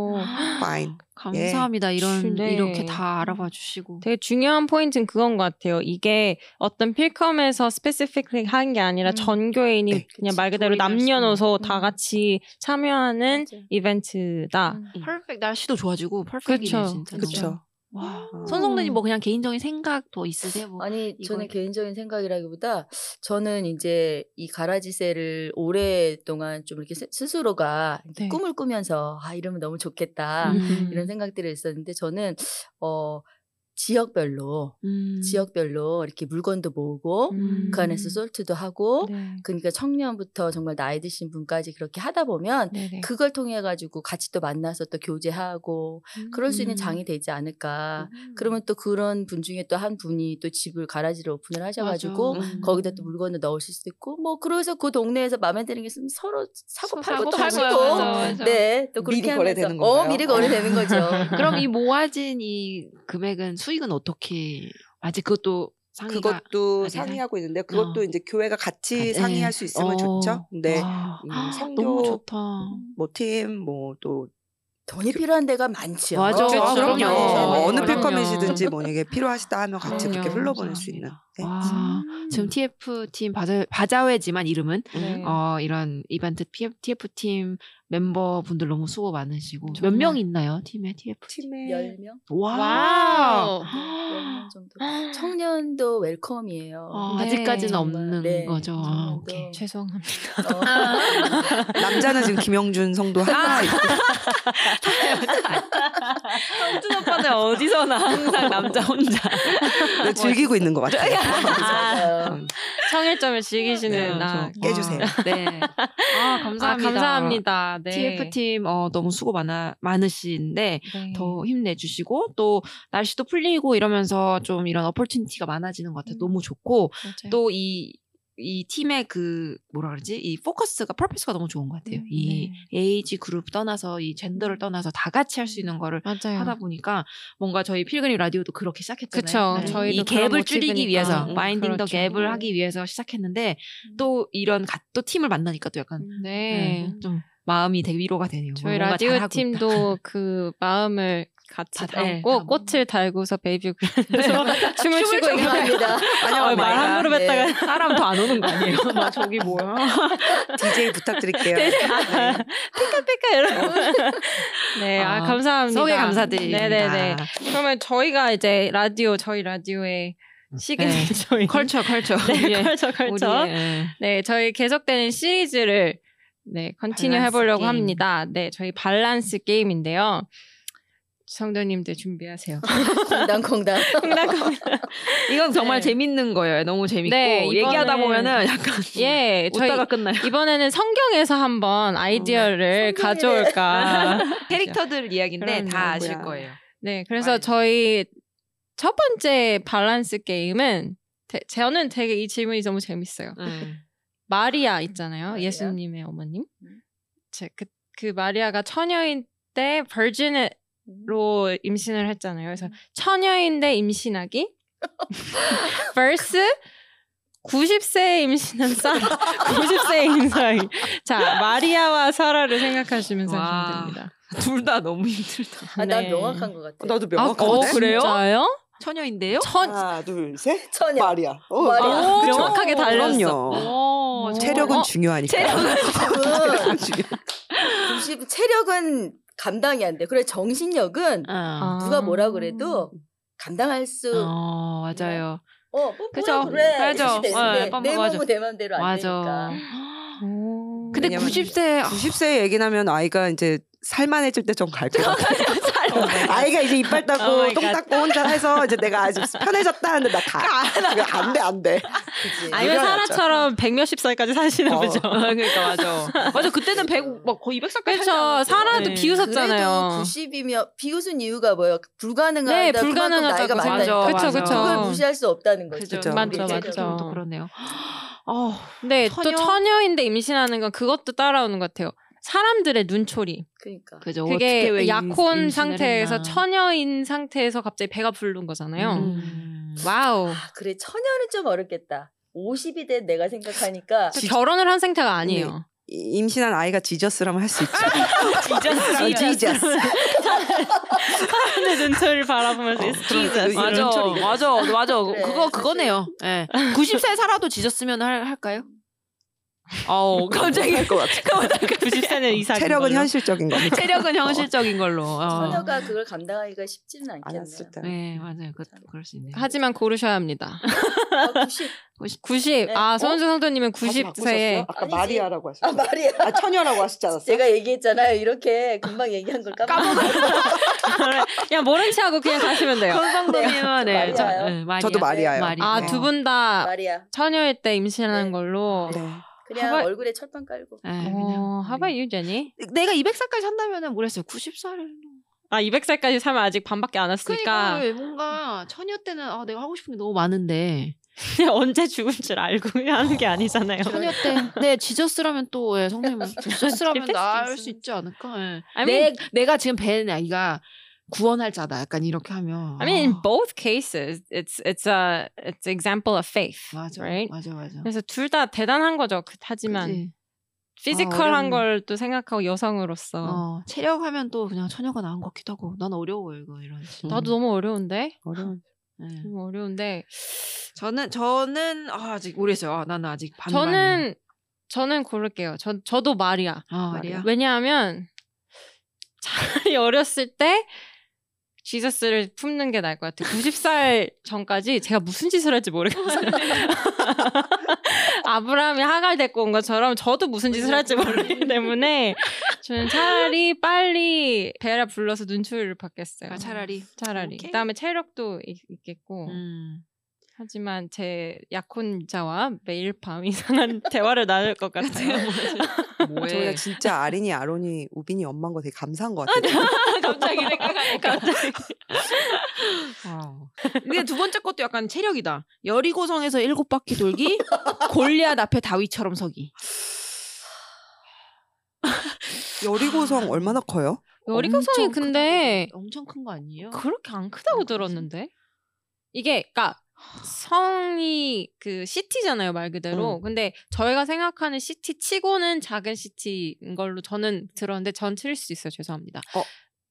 H: fine.
E: 어. 감사합니다. 이런
B: 네.
E: 이렇게 다 알아봐 주시고.
B: 되게 중요한 포인트는 그건 것 같아요. 이게 어떤 필컴에서 스페시픽하게 한 게 아니라
E: 음.
B: 전교인이
H: 네.
B: 그냥 말 그대로
E: 조인할 수
B: 남녀노소
E: 있는.
B: 다
E: 음.
B: 같이 참여하는 이벤트다.
G: 음.
E: 퍼펙트 네. 날씨도 좋아지고 퍼펙트이네
B: 그쵸.
E: 진짜.
H: 그렇죠.
E: 와.
H: 음.
E: 선성도님 뭐 그냥 개인적인 생각 더 있으세요? 뭐.
G: 아니 저는
E: 이걸-
G: 개인적인 생각이라기보다 저는 이제 이 가라지세를 오랫동안 좀 이렇게 스- 스스로가 이렇게
B: 네.
G: 꿈을 꾸면서 아 이러면 너무 좋겠다
E: 음.
G: 이런 생각들을 했었는데 저는 어 지역별로
E: 음.
G: 지역별로 이렇게 물건도 모으고
E: 음.
G: 그 안에서 솔트도 하고
B: 네.
G: 그러니까 청년부터 정말 나이 드신 분까지 그렇게 하다 보면
B: 네네.
G: 그걸 통해 가지고 같이 또 만나서 또 교제하고 그럴
B: 음.
G: 수
E: 음.
G: 있는 장이 되지 않을까. 그러면 또 그런 분 중에 또 한 분이 또 집을 가라지를 오픈을 하셔가지고
E: 맞아. 음.
G: 거기다 또 물건을 넣으실 수도 있고 뭐 그래서 그 동네에서 마음에 드는 게 있으면 서로 사고 팔고 또
B: 팔고요. 맞아,
G: 하고
B: 맞아.
G: 네또 그렇게
H: 미리
G: 하면서-
H: 거래되는
G: 어
H: 건가요?
G: 미리 거래되는 거죠.
E: 그럼 이 모아진 이 금액은 수익은 어떻게 아직 그것도 상의가
H: 그것도
E: 아, 네.
H: 상의하고 있는데 그것도
E: 어.
H: 이제 교회가 같이
E: 네.
H: 상의할 수 있으면
E: 어.
H: 좋죠. 근데
E: 와.
H: 음,
E: 헉,
H: 성교- 음.
E: 너무 좋다.
H: 뭐팀뭐또
G: 돈이 필요한 데가 많죠. 어,
E: 맞아. 그렇죠.
H: 아, 그럼요.
E: 그럼요.
H: 뭐 어느
E: 그럼요.
H: 필컴이시든지 뭐 이게 필요하시다 하면 같이
E: 그럼요.
H: 그렇게 흘러보낼 수 있는. 네.
B: 아.
E: 와. 지금 TF 팀 바자, 바자회지만 이름은
H: 음.
B: 네.
E: 어 이런 이벤트 TF 팀 멤버분들 너무 수고 많으시고
B: 정말.
E: 몇 명 있나요 팀에 TF
H: 팀에
G: 10명? 네.
E: 와우.
B: 와우.
G: 10명 정도. 청년도 웰컴이에요.
E: 어,
B: 네.
E: 아직까지는
B: 정말.
E: 없는
G: 네,
E: 거죠. 아,
G: 청년도.
E: 오케이. 아.
B: 죄송합니다.
G: 어.
H: 남자는 지금 김영준 성도 하나 있고
B: 현준 오빠는 어디서나 항상 남자 혼자
H: 근데 네, 즐기고 있는 것 같아요.
G: 맞아요.
H: 음,
B: 청일점을 즐기시는
E: 네,
B: 나.
E: 저-
H: 깨주세요.
E: 네. 아,
B: 아,
E: 감사합니다.
B: 감사합니다. 네.
E: TF팀 어, 너무 수고 많아, 많으신데
B: 네.
E: 더 힘내주시고 또 날씨도 풀리고 이러면서 좀 이런 어퍼튜니티가 많아지는
B: 음.
E: 것 같아요. 너무 좋고
B: 맞아요.
E: 또 이 이 팀의 그 뭐라 그러지 이 포커스가 퍼포스가 너무 좋은 것 같아요.
B: 음,
E: 이 에이지 그룹 떠나서 이 젠더를 떠나서 다 같이 할 수 있는 거를
B: 맞아요.
E: 하다 보니까 뭔가 저희 필그림 라디오도 그렇게 시작했잖아요.
B: 네.
E: 네.
B: 그쵸.
E: 이
B: 저희도 그런
E: 갭을 줄이기
B: 모티브니까.
E: 위해서
B: 음,
E: 마인딩 더
B: 그렇죠. 음.
E: 갭을 하기 위해서 시작했는데 또 이런 가- 또 팀을 만나니까 또 약간
B: 네.
E: 네, 좀 마음이 되게 위로가 되네요.
B: 저희
E: 뭔가
B: 라디오
E: 잘하고 있다.
B: 팀도 그 마음을 같이
E: 다- 네,
B: 담고
E: 담고.
B: 꽃을 달고서 베이비 그래서 춤을
G: 뭐
B: 추고 있는
G: 죄송합니다. 어,
B: 아니요, 말
E: 마이갓.
B: 함부로 뱉다가
E: 네. 사람 더 안 오는 거 아니에요? 막 저기 뭐야?
H: DJ 부탁드릴게요.
E: 네.
B: 삐까삐까 여러분. 네, 아,
E: 아,
B: 감사합니다.
E: 소개 감사드립니다.
B: 네네네. 그러면 저희가 이제 라디오 저희 라디오의 시그니처인
E: 컬처 컬처.
B: 네,
E: 예.
B: 컬처 컬처.
E: 우리의, 예.
B: 네, 저희 계속되는 시리즈를 네, 컨티뉴
E: 밸런스
B: 해보려고
E: 게임.
B: 합니다. 네, 저희 밸런스 게임인데요. 성도님들 준비하세요.
G: 콩당콩당.
E: 이건 정말
B: 네.
E: 재밌는 거예요. 너무 재밌고
B: 네, 이번엔-
E: 얘기하다 보면은 약간
B: 예, 저희
E: 웃다가 끝나요.
B: 이번에는 성경에서 한번 아이디어를
E: 음, 네.
B: 가져올까.
E: 캐릭터들 이야기인데
B: 그럼요,
E: 다 아실
H: 뭐야.
E: 거예요.
B: 네, 그래서
E: 빨리.
B: 저희 첫 번째 밸런스 게임은 대- 저는 되게 이 질문이 너무 재밌어요.
E: 네.
B: 음, 마리아 있잖아요.
G: 마리아.
B: 예수님의 어머님.
G: 음.
B: 제- 그, 그 마리아가 처녀인 때 버진으로 음. 임신을 했잖아요. 그래서 처녀인데 임신하기 vs 90세에 임신한 사라, 90세에 임신하기. 자, 마리아와 사라를 생각하시면서
E: 와.
B: 하시면 됩니다.
E: 둘 다 너무 힘들다.
G: 아, 난
B: 네.
G: 명확한 것 같아.
H: 나도
E: 아, 어,
H: 명확한데.
E: 그래요?
B: 진짜요?
E: 처녀인데요?
B: 천,
H: 하나, 둘, 셋.
G: 천연.
H: 말이야. 어,
G: 네. 말이야.
H: 아, 그쵸.
B: 명확하게 달렸어.
H: 그럼요.
E: 오,
H: 체력은
B: 어,
H: 중요하니까.
G: 어, 지금
H: 중요-
G: 90 체력은 감당이 안 돼. 그래 정신력은
E: 어.
G: 누가 뭐라 그래도 감당할 수. 어,
E: 어, 맞아요.
G: 뭐,
E: 그죠.
G: 뭐라 그래.
E: 맞아.
G: 있을 때 있는데
E: 어, 뻔뻔
G: 네. 내
E: 맞아.
G: 몸은 내 맘대로 안
E: 맞아.
G: 되니까.
B: 오.
E: 근데
H: 왜냐면
E: 90세
H: 90세 얘기 나면 아이가 이제 살만해질 때 좀 갈 것 같아. 아이가 이제 이빨
B: Oh
H: 닦고
B: my
H: 똥
B: God.
H: 닦고 혼자 해서 이제 내가 아주 편해졌다 하는데 나 가. 안 돼, 안 돼.
G: 그치?
B: 아니면
H: 이거였죠.
B: 사라처럼 백몇십 살까지 사시나
H: 어.
B: 보죠.
E: 그러니까 맞아. 맞아. 그때는 100, 막 거의 200살까지.
B: 그렇죠. 사라도
E: 네.
B: 비웃었잖아요.
G: 그래도 90이면 비웃은 이유가 뭐예요? 불가능하다.
B: 네,
G: 그만큼
B: 불가능하다고
G: 나이가
E: 생각-
G: 많다니까.
E: 맞아,
B: 그렇죠,
E: 맞아.
G: 그걸
B: 그렇죠.
G: 무시할 수 없다는 거죠.
E: 그죠.
H: 그죠.
B: 맞죠,
E: 우리
B: 맞죠.
E: 체력은 또 그러네요. 어,
B: 네, 또
E: 처녀?
B: 처녀인데 임신하는 건 그것도 따라오는 것 같아요. 사람들의 눈초리.
G: 그러니까.
E: 그죠. 어떻게 왜
B: 그게
E: 임-
B: 약혼
E: 임신을
B: 상태에서
E: 했나.
B: 처녀인 상태에서 갑자기 배가 부른 거잖아요.
E: 음.
B: 와우.
G: 아, 그래 처녀는 좀 어렵겠다. 50이 된 내가 생각하니까
B: 그 결혼을 한 상태가 아니에요.
E: 네.
H: 이- 임신한 아이가 지저스라면 할 수 있죠.
E: 아,
H: 지저스.
B: 사람의 눈초리를
E: 어,
B: 바라보면서 it's Jesus.
H: 이런
E: 맞아, 맞아, 맞아.
G: 그래,
E: 그거
G: 사실-
E: 그거네요. 예, 90세 살아도 지졌으면 할, 할까요? 어우, 갑자기
H: 할것 같아.
B: 90세는 이상.
H: 체력은 현실적인 겁니다.
E: 체력은 현실적인 걸로. 어.
G: 처녀가 그걸 감당하기가 쉽지는 않겠네요.
H: 알았을 때.
E: 네, 맞아요. 그, 그럴 수 있네요.
B: 하지만 고르셔야 합니다.
G: 아, 90.
B: 90. 아,
E: 어?
G: 네.
B: 손주 성도님은
H: 다시
B: 90세에
H: 바꾸셨어요? 아까
G: 아니지.
H: 마리아라고
G: 아
H: 하셨어요.
G: 말이야.
H: 아, 처녀라고 하시지 않았어요?
G: 제가 얘기했잖아요. 이렇게 금방 얘기한 걸 까먹었어요.
B: 그냥 모른 체하고 그냥 가시면 돼요.
E: 현상도님은 네,
G: 마리아요.
E: 저,
B: 예,
E: 네, 마리아.
H: 저도 마리아요.
E: 마리아.
B: 아,
H: 네.
B: 두 분 다
G: 말이야.
B: 처녀일 때 임신한
G: 네.
B: 걸로.
H: 네.
G: 그냥
B: 하와이-
G: 얼굴에 철판 깔고.
E: 네, 그냥
B: 어,
E: 마리아.
B: how about you, Jenny?
E: 내가 200살까지 산다면은 뭐랬어요? 90살을.
B: 아, 200살까지 살면 아직 반밖에 안
E: 그러니까
B: 왔으니까
E: 왜 뭔가 처녀 때는 아 내가 하고 싶은 게 너무 많은데
B: 언제 죽은 줄 알고 하는 게 아니잖아요.
E: 처녀 때내 네, 지저스라면 또 예, 성님은
B: 네,
E: 지저스라면 나을 수 있지 않을까? 예.
B: I
E: 내
B: mean,
E: 내가 지금 벤 아이가 구원할 자다 약간 이렇게 하면
B: I mean, in
E: 아,
B: both cases, it's it's a it's example of faith,
E: 맞아
B: right?
E: 맞아 맞아.
B: 그래서 둘 다 대단한 거죠. 그- 하지만
E: 그치?
B: 피지컬한
E: 아, 어려운-
B: 걸 또 생각하고 여성으로서
E: 어, 체력하면 또 그냥 처녀가 나은 것 같기도 하고 난 어려워 이거 이런. 질문.
B: 나도 너무 어려운데,
H: 어려운.
E: 예.
B: 너무 어려운데
E: 저는 저는 아, 아직 모르겠어요. 아, 나는 아직 반
B: 저는 저는 고를게요. 저 저도 마리아.
E: 아 말이야.
B: 왜냐하면 차라리 어렸을 때 지저스를 품는 게 나을 것 같아요. 90살 전까지 제가 무슨 짓을 할지 모르겠어요. 아브라함이 하갈 데리고 온 것처럼 저도 무슨 짓을 할지 모르기 때문에 저는 차라리 빨리 베라 불러서 눈초리를 받겠어요.
E: 아, 차라리.
B: 차라리.
E: 오케이.
B: 그다음에 체력도 있, 있겠고
E: 음.
B: 하지만 제 약혼자와 매일 밤 이상한 대화를 나눌 것 같아요.
H: 아, 저희가
E: 뭐해?
H: 진짜 아린이, 아론이, 우빈이 엄마인 거 되게 감사한 것 같아요.
E: 갑자기 생각하니까. 근데 두 번째 것도 약간 체력이다. 여리고성에서 일곱 바퀴 돌기, 골리앗 앞에 다윗처럼 서기.
H: 여리고성 얼마나 커요?
B: 여리고성이
E: 엄청 크다고
B: 근데
E: 들었는데. 엄청 큰 거 아니에요?
B: 그렇게 안 크다고
E: 아, 그래서?
B: 들었는데 이게 그러니까 성이 그 시티잖아요 말 그대로 근데 저희가 생각하는 시티 치고는 작은 시티인 걸로 저는 들었는데 전 틀릴 수 있어요 죄송합니다
H: 어,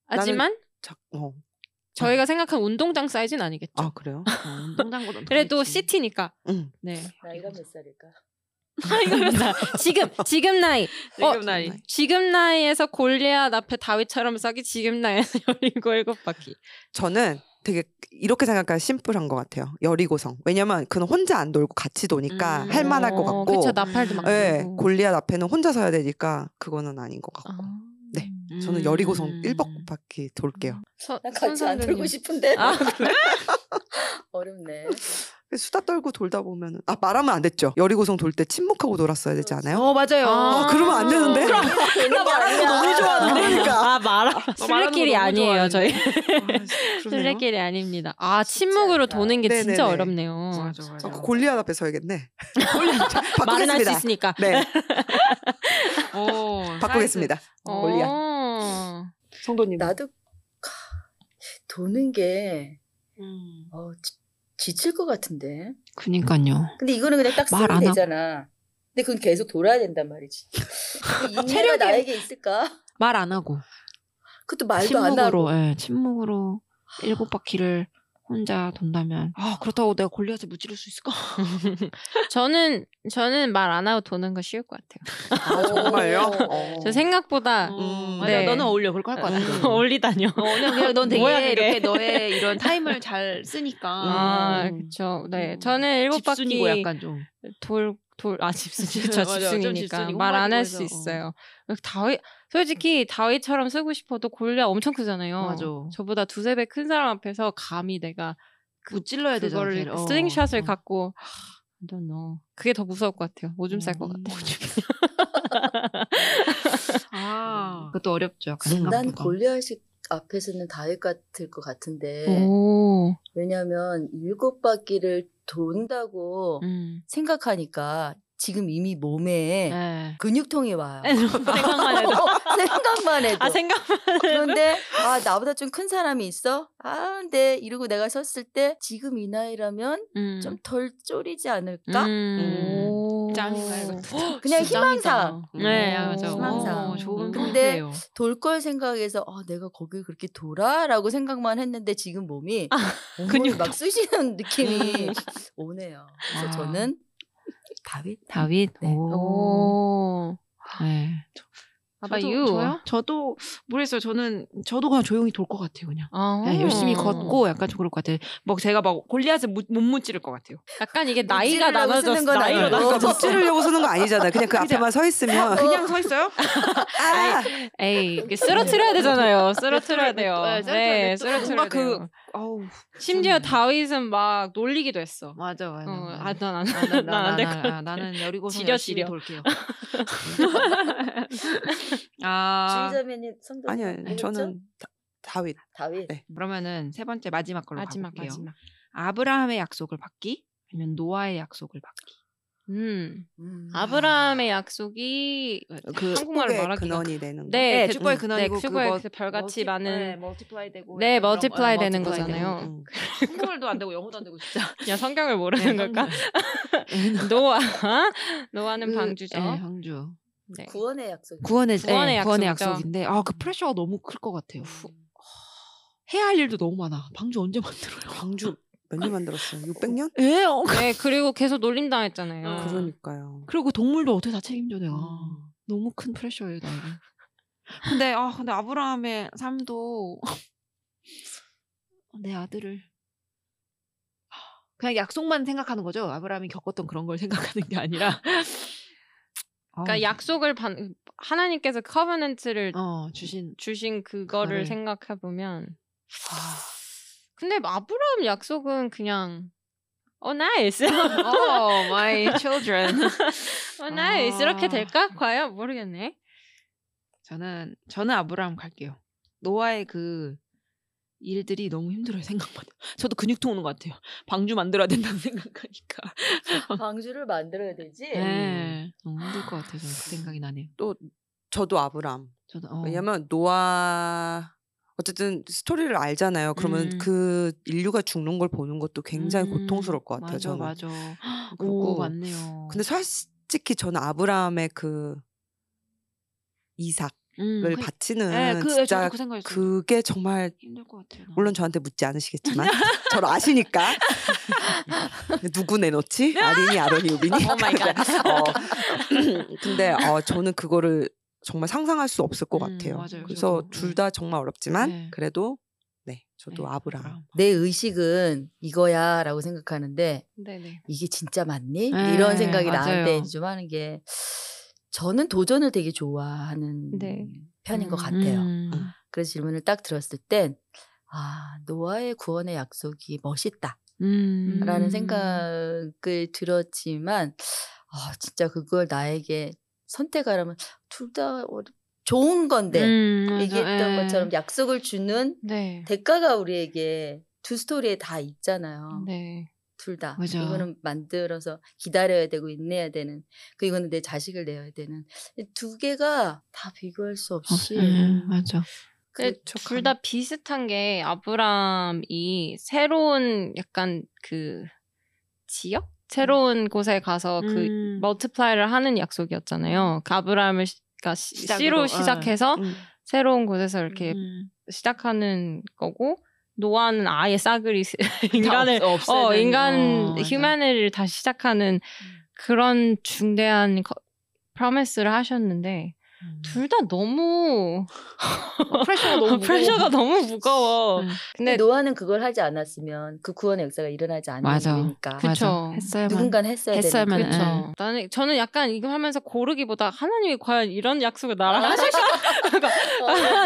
B: 하지만
H: 자, 어.
B: 저희가 생각한 운동장 사이즈는 아니겠죠
H: 아, 그래요?
E: 운동장보다
B: 그래도 시티니까
H: 응.
B: 네 뭐
G: 나이가 몇 살일까?
B: 지금 지금 나이
E: 지금
B: 어,
E: 나이.
B: 지금 나이에서 골리앗 앞에 다윗처럼 싸기 지금 나이에서 열리고 일곱 바퀴
H: 저는 되게 이렇게 생각하면 심플한 것 같아요. 여리고성. 왜냐면 그는 혼자 안 놀고 같이 도니까
E: 음.
H: 할 만할 것
B: 어,
H: 같고.
B: 그쵸 나팔도 막
H: 예,
B: 들고.
H: 골리앗 앞에는 혼자 서야 되니까 그거는 아닌 것 같고.
B: 아.
H: 네. 저는 열이고성
C: 음.
H: 1박밖에 돌게요.
B: 서-
G: 난 같이 안
B: 선선배님.
G: 들고 싶은데.
B: 아,
G: 어렵네.
H: 수다 떨고 돌다 보면은 아 말하면 안 됐죠. 열이고성 돌 때 침묵하고 돌았어야 되지 않아요?
E: 어 맞아요.
H: 아, 그러면 안 되는데?
E: 그럼
G: 어, 그럼 말하는 거
H: 너무 좋아하는데. 그러니까.
B: 아 말아. 술래길이
C: 너무
B: 아니에요
C: 좋아해요.
B: 저희.
H: 그러네요.
B: 술래길이 아닙니다. 아 침묵으로
G: 진짜.
B: 도는 게 진짜
H: 네네네.
B: 어렵네요.
C: 맞아 맞아.
H: 어, 그 골리앗 앞에 서야겠네.
B: 말은 할 수
H: 바꾸겠습니다.
B: 있으니까.
H: 네,
C: 오,
H: 어, 바꾸겠습니다. 어. 골리앗.
B: 어.
H: 성도님.
G: 나도 도는 게 어, 지, 칠것 같은데.
E: 음. 그니까요.
G: 근데 이거는 그냥 딱
E: 말안
G: 쓰면
E: 하고.
G: 되잖아. 근데 그건 계속 돌아야 된단 말이지. 이 인내가
E: 체력이-
G: 나에게 있을까?
E: 말 안 하고
G: 그것도 말도 안 하고.
E: 침묵으로 예, 침묵으로 일곱 바퀴를 혼자 돈다면 아 그렇다고 내가 골리앗에 무찌를 수 있을까?
B: 저는 저는 말 안 하고 도는 거 쉬울 것 같아요.
H: 아, 정말요?
B: 어.
G: 어.
H: 어.
B: 저
E: 어.
B: 생각보다
H: 음,
E: 맞아
B: 네.
E: 너는 어울려 그럴 것 같아.
B: 어울리다뇨.
E: 어, 그냥, 그냥 넌 되게
B: 뭐야, 그게?
E: 이렇게 너의 이런 타임을 잘 쓰니까.
B: 아,
E: 음.
B: 그렇죠. 네,
E: 음.
B: 저는 일곱 바퀴
E: 집순이고 약간 좀.
B: 돌 돌아 집순이 저
E: 맞아, 좀
B: 집순이니까
E: 집순이고
B: 말 안 할
E: 혼마디고
B: 수
E: 해서, 어.
B: 있어요. 다윗 솔직히 다윗처럼 쓰고 싶어도 골리앗 엄청 크잖아요.
E: 맞아.
B: 저보다 두세 배 큰 사람 앞에서 감히 내가 그-
E: 무찔러야 되잖아.
B: 그거를
E: 걔를. 어,
B: 슬링샷을
E: 어.
B: 갖고 I don't know. 그게 더 무서울 것 같아요. 오줌 쌀 것
E: 음.
B: 같아요.
E: 아. 그것도 어렵죠. 약간
G: 난
E: 생각보다.
G: 골리앗이 앞에서는 다윗 같을 것 같은데
B: 네. 어. 오.
G: 왜냐하면 일곱 바퀴를 돈다고
B: 음.
G: 생각하니까 지금 이미 몸에
E: 네.
G: 근육통이 와요. 어,
B: 생각만 해도
G: 생각만 해도.
B: 아 생각만
G: 그런데 아 나보다 좀 큰 사람이 있어? 아 근데 이러고 내가 섰을 때 지금 이 나이라면
B: 음.
G: 좀 덜 쫄이지 않을까?
B: 음. 오.
E: 짱인가요? 짱이다.
G: 그냥 희망사
B: 네,
E: 오,
B: 맞아.
G: 희망사.
E: 오, 좋은
B: 근데-
E: 근데요.
G: 돌 걸 생각해서 아 내가 거길 그렇게 돌아라고 생각만 했는데 지금 몸이 몸을
B: 아, 근육통.
G: 막 쑤시는 느낌이 오네요. 그래서
E: 아.
G: 저는 다윗
E: 다윗.
G: 네.
E: 오.
B: 오.
E: 네.
B: How about you?
E: 저요? 저도 모르겠어요. 저는 저도 그냥 조용히 돌 것 같아요. 그냥.
B: 아.
E: 네, 열심히 걷고 약간 좀 그럴 것 같아요. 막 제가 막 골리앗을 못, 못 무찌를 것 같아요.
B: 약간 이게 나이가
G: 무찌르려고
B: 나눠졌어.
G: 음. 쓰는 건
B: 나이로
G: 아니고.
B: 나눠.
H: 그러니까 못 찌르려고 쓰는 거 아니잖아요. 그냥 그 앞에만 서 있으면
E: 그냥 서 있어요?
H: 아!
B: 에이, 이게 쓰러트려야 되잖아요. 네. 쓰러트려야 돼요.
E: 네, 쓰러트려야
B: 네,
E: 돼. 또
B: 쓰러트려야
E: 뭔가 그-
B: 돼요. 음.
E: 어우,
B: 심지어
E: 저는-
B: 다윗은 막 놀리기도 했어.
E: 맞아, 맞아.
B: 어,
E: 맞아.
B: 아, 난 안,
E: 아, 나- 나-
B: 난안될
E: 나-
B: 것
E: 나-
B: 같아.
E: 나는 여리고
B: 지려,
E: 지려
B: 지려.
E: 지려 돌게요. 아
G: 주자매님 성도
H: 아니요, 아니요. 저는 다- 다윗.
B: 아,
G: 다윗
H: 네.
E: 그러면은 세 번째 마지막 걸로
B: 마지막
E: 가볼게요.
B: 마지막.
E: 아브라함의 약속을 받기 아니면 노아의 약속을 받기.
B: 음.
G: 음.
B: 아브라함의 약속이
E: 그
B: 한국말로
H: 축복의
B: 말하기가
H: 어, 근원이 되는 거.
B: 네,
E: 네, 축구의 근원이고
B: 네, 축구의
E: 그거
B: 그 별같이 많은
E: 멀티플라이 되고
B: 네,
E: 약간 그런-
B: 멀티플라이
E: 어,
B: 되는
E: 멀티플라이
B: 거잖아요.
E: 되고.
H: 음.
E: 한국말도 안 되고 영어도 안 되고 진짜
B: 야 성경을
E: 네.
B: 모르는 걸까? 노아 어? 노아는 방주죠.
E: 그, 네, 그 방주.
B: 네.
G: 구원의 약속.
E: 구원의
B: 구원의
E: 구원의, 네, 구원의
B: 약속이죠.
E: 약속인데 아 그 프레셔가 너무 클 것 같아요. 해야 할 일도 너무 많아. 방주 언제 만들어요?
H: 광주 몇 년 만들었어요? 600년?
E: 예, 어,
B: 네 그리고 계속 놀린다 했잖아요.
E: 어.
H: 그러니까요.
E: 그리고 동물도 어떻게 다 책임져 내가
H: 음.
E: 너무 큰 프레셔예요 나에게 근데 아 근데 아브라함의 삶도 내 아들을 그냥 약속만 생각하는 거죠 아브라함이 겪었던 그런 걸 생각하는 게 아니라 아,
B: 그러니까 약속을 받 하나님께서 커버넌트를
E: 어 주신
B: 주신 그거를
E: 그거를. 아.
B: 생각해 보면 근데 아브라함 약속은 그냥 oh nice,
E: oh my children
B: oh nice
E: 아.
B: 이렇게 될까? 과연 모르겠네.
E: 저는 저는 아브라함 갈게요 노아의 그 일들이 너무 힘들어요 생각만 해도. 저도 근육통 오는 것 같아요 방주 만들어야 된다는 생각하니까
G: 방주를 만들어야 되지.
H: 예.
E: 네. 너무 힘들 것 같아요. 저는 그 생각이 나네요.
H: 저도 아브람.
E: 저도 어.
H: 왜냐면 노아 어쨌든 스토리를 알잖아요. 그러면
B: 음.
H: 그 인류가 죽는 걸 보는 것도 굉장히
E: 음,
H: 고통스러울 것 같아요.
E: 맞아,
H: 저는.
E: 맞아.
H: 그리고
E: 오, 맞네요.
H: 근데 솔직히 저는 아브라함의 그 이삭을
E: 음, 그-
H: 바치는
E: 예, 그,
H: 진짜
E: 저도 그 생각했어요.
H: 그게 정말
E: 힘들 것 같아요. 나는.
H: 물론 저한테 묻지 않으시겠지만 저를 아시니까 누구 내놓지? 아린이, 아론이, 우빈이.
B: Oh my God.
H: 어, 근데 어, 저는 그거를 정말 상상할 수 없을 것
E: 음,
H: 같아요.
E: 맞아요,
H: 그래서
E: 저도.
H: 둘 다 정말 어렵지만
E: 네.
H: 그래도 네 저도
E: 네,
H: 아브라함.
G: 내 의식은 이거야라고 생각하는데
B: 네네.
G: 이게 진짜 맞니?
E: 네,
G: 이런 생각이
E: 맞아요.
G: 나한테 좀 하는 게 저는 도전을 되게 좋아하는
B: 네.
G: 편인
E: 음.
G: 것 같아요. 그래서 질문을 딱 들었을 땐 아, 노아의 구원의 약속이 멋있다.
H: 음.
E: 음.
G: 라는 생각을 들었지만, 아, 진짜 그걸 나에게 선택하라면 둘 다 좋은
E: 음,
G: 건데,
E: 예.
G: 얘기했던 것처럼 약속을 주는
C: 네.
G: 대가가 우리에게 두 스토리에 다 있잖아요.
C: 네.
G: 둘 다.
C: 맞아.
G: 이거는 만들어서 기다려야 되고 인내해야 되는, 그 이거는 내 자식을 내어야 되는. 이두 개가 다 비교할 수
E: 어, 예,
G: 없이.
C: 음, 맞아.
E: 그
B: 그 둘 다 비슷한 게 아브람이 새로운 약간 그 지역?
E: 음.
B: 새로운 곳에 가서 그
H: 뭐
B: 멀티플라이를 하는 약속이었잖아요. 그 아브람을 시- 그러니까 시- 씨로
E: 시작으로,
B: 시작해서
E: 음.
B: 새로운 곳에서 이렇게
E: 음.
B: 시작하는 거고 노아는 아예 싸그리 스-
E: 다
B: 인간을
E: 없- 없애는-
B: 어
E: 어,
B: 인간
E: 맞아. 음.
B: 휴머니를 다시 시작하는 그런 중대한 거, 프로미스를 하셨는데
E: 음.
B: 둘 다 너무
E: 프레셔가 아, 너무 무거워.
B: 프레셔가 너무 무거워.
E: 음.
B: 근데
G: 노아는 그걸 하지 않았으면 그 구원의 역사가 일어나지 않는
C: 맞아.
G: 일이니까
B: 그- 그쵸.
E: 했어야만.
G: 누군가는 했어야
E: 했어야만,
G: 되는
E: 예.
G: 거죠.
B: 그렇죠. 나는 저는 약간 이거 하면서 고르기보다 하나님이 과연 이런 약속을
E: 아,
B: 나랑 하실까?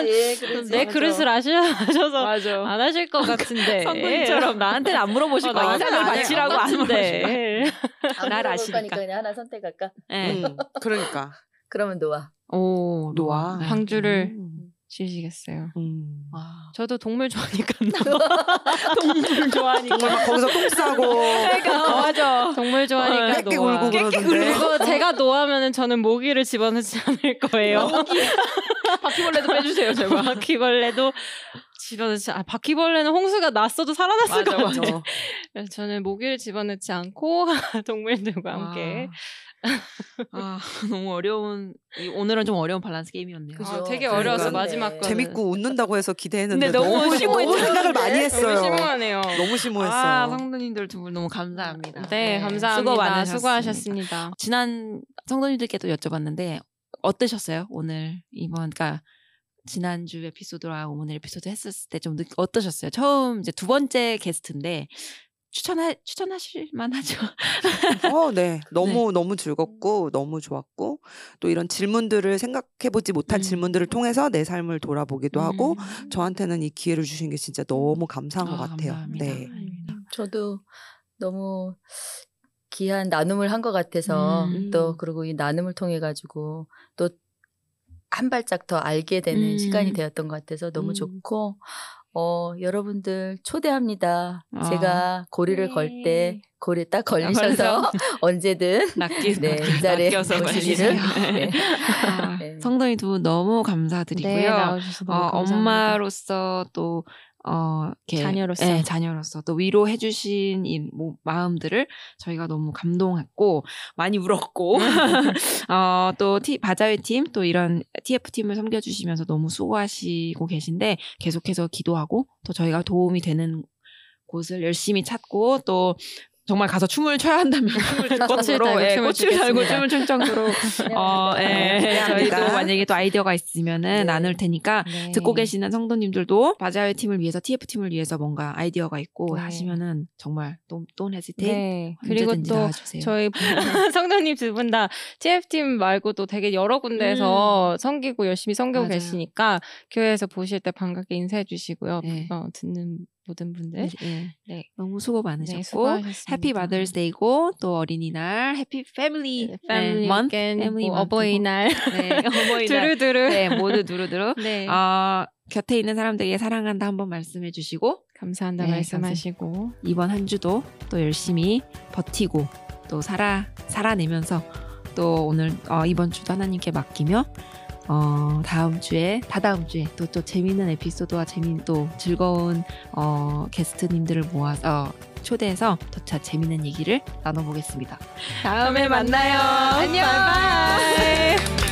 C: 예.
G: 그렇지, 그렇지.
B: 내
E: 맞아.
B: 그릇을 아셔- 아셔서
E: 맞아.
B: 안 하실 것 같은데.
E: 성군처럼 나한테는 안 물어보실
B: 어,
E: 거야.
B: 나한테는
E: 인생을
B: 안 해.
E: 바치라고 안
B: 같은데.
E: 물어보실
G: 안
E: 날
G: 물어볼
E: 아시니까.
G: 거니까 그냥 하나 선택할까?
E: 거야.
H: 음, 그러니까.
G: 그러면 노아.
H: 어,
C: 오,
H: 노아.
C: 네.
B: 방주를
H: 음,
B: 지으시겠어요.
H: 음.
E: 와.
B: 저도 동물 좋아하니까
E: 동물 좋아하니까.
H: 정말 막 거기서 똥 싸고
E: 그러니까. 맞아.
B: 동물 좋아하니까
H: 깨끗
B: 노아.
H: 울고 그러던데.
B: 그리고 제가 노하면은 저는 모기를 집어넣지 않을 거예요.
E: 바퀴벌레도 빼주세요, 제발.
B: 바퀴벌레도 집어넣지 아 바퀴벌레는 홍수가 났어도 살아났을 것
E: 맞아.
B: 같아요. 그래서 저는 모기를 집어넣지 않고 동물들과 함께
E: 아, 너무 어려운 이- 오늘은 좀 어려운 밸런스 게임이었네요.
G: 그죠.
B: 아, 되게 어려워서
H: 그러니까.
B: 마지막 거
H: 재밌고 웃는다고 해서 기대했는데
E: 근데 네. 너무 심오했죠. 네,
H: 너무 생각을
G: 근데?
H: 많이
B: 너무
H: 했어요.
B: 심오하네요.
H: 너무 심오했어.
E: 아, 성도님들 두 분 너무 감사합니다.
B: 네, 감사합니다.
E: 수고 많으셨습니다.
B: 수고하셨습니다.
E: 지난 성도님들께도 여쭤봤는데 어떠셨어요? 오늘 이번 그러니까 지난주 에피소드와 오늘 에피소드 했을 때 좀 어떠셨어요? 처음 이제 두 번째 게스트인데 추천하 추천하실 만하죠.
H: 어, 네. 너무 너무 즐겁고 너무 좋았고 또 이런 질문들을 생각해 보지 못한
E: 음.
H: 질문들을 통해서 내 삶을 돌아보기도 하고
E: 음.
H: 저한테는 이 기회를 주신 게 진짜 너무 감사한 것
E: 아,
H: 같아요.
E: 감사합니다.
H: 네.
E: 아닙니다.
G: 저도 너무 귀한 나눔을 한 것 같아서
E: 음.
G: 또 그리고 이 나눔을 통해 가지고 또 한 발짝 더 알게 되는
E: 음.
G: 시간이 되었던 것 같아서 너무
E: 음.
G: 좋고 어 여러분들 초대합니다.
E: 아.
G: 제가 고리를 걸 때
B: 네.
G: 고리 딱 걸리셔서 언제든
E: 낚이
G: 네, 이 자리에
E: 낚여서
G: 오시기를.
E: 걸리세요.
G: 네.
E: 아,
G: 네.
E: 성도님 두 분 너무 감사드리고요.
B: 네, 나와주셔서 너무
E: 어,
B: 감사합니다.
E: 엄마로서 또 어, 이렇게,
B: 자녀로서.
E: 예, 자녀로서 또 위로해주신 이 모- 마음들을 저희가 너무 감동했고 많이 울었고 어, 또 티, 바자회 팀 또 이런 TF 팀을 섬겨주시면서 너무 수고하시고 계신데 계속해서 기도하고 또 저희가 도움이 되는 곳을 열심히 찾고 또 정말 가서 춤을 춰야 한다면 춤을
B: 꽃을
E: 출
B: 달고
E: 정도로 예,
B: 춤을
E: 꽃을
B: 추겠습니다.
E: 달고
B: 네,
E: 춤을 출 정도로 어, 예, 저희도
H: 기대합니다.
E: 만약에 또 아이디어가 있으면은
G: 네.
E: 나눌 테니까
B: 네.
E: 듣고 계시는 성도님들도 바자회 팀을 위해서 TF 팀을 위해서 뭔가 아이디어가 있고
B: 네.
E: 하시면은 정말 돈돈 헤지테이
B: 네. 그리고 또
E: 나와주세요.
B: 저희 성도님 두 분 다 TF팀 말고도 되게 여러 군데에서 섬기고 열심히 섬기고
E: 음. 맞아요.
B: 계시니까 교회에서 보실 때 반갑게 인사해 주시고요.
E: 네.
B: 어, 듣는 모든 분들.
E: 네.
B: 네.
E: 네.
B: 네.
E: 너무 수고 많으셨고
B: 수고하셨습니다.
E: 해피 마더스데이고 또 어린이날 해피 패밀리
B: 네, 패밀리
E: 먼
B: weekend,
E: 패밀리
B: 뭐 어버이날
E: 네, 어버이날
B: 두루두루
E: 네 모두 두루두루
B: 네.
E: 어, 곁에 있는 사람들에게 사랑한다 한번 말씀해 주시고
B: 감사한다
E: 네,
B: 말씀하시고
E: 이번 한 주도 또 열심히 버티고 또 살아 살아내면서 또 오늘 어, 이번 주도 하나님께 맡기며 어, 다음 주에 다다음 주에 또 또 재미있는 에피소드와 재미 또 즐거운 어, 게스트님들을 모아서 어, 초대해서 더차 재미있는 얘기를 나눠보겠습니다.
B: 다음에 만나요. 안녕. 바이바이.
C: Oh,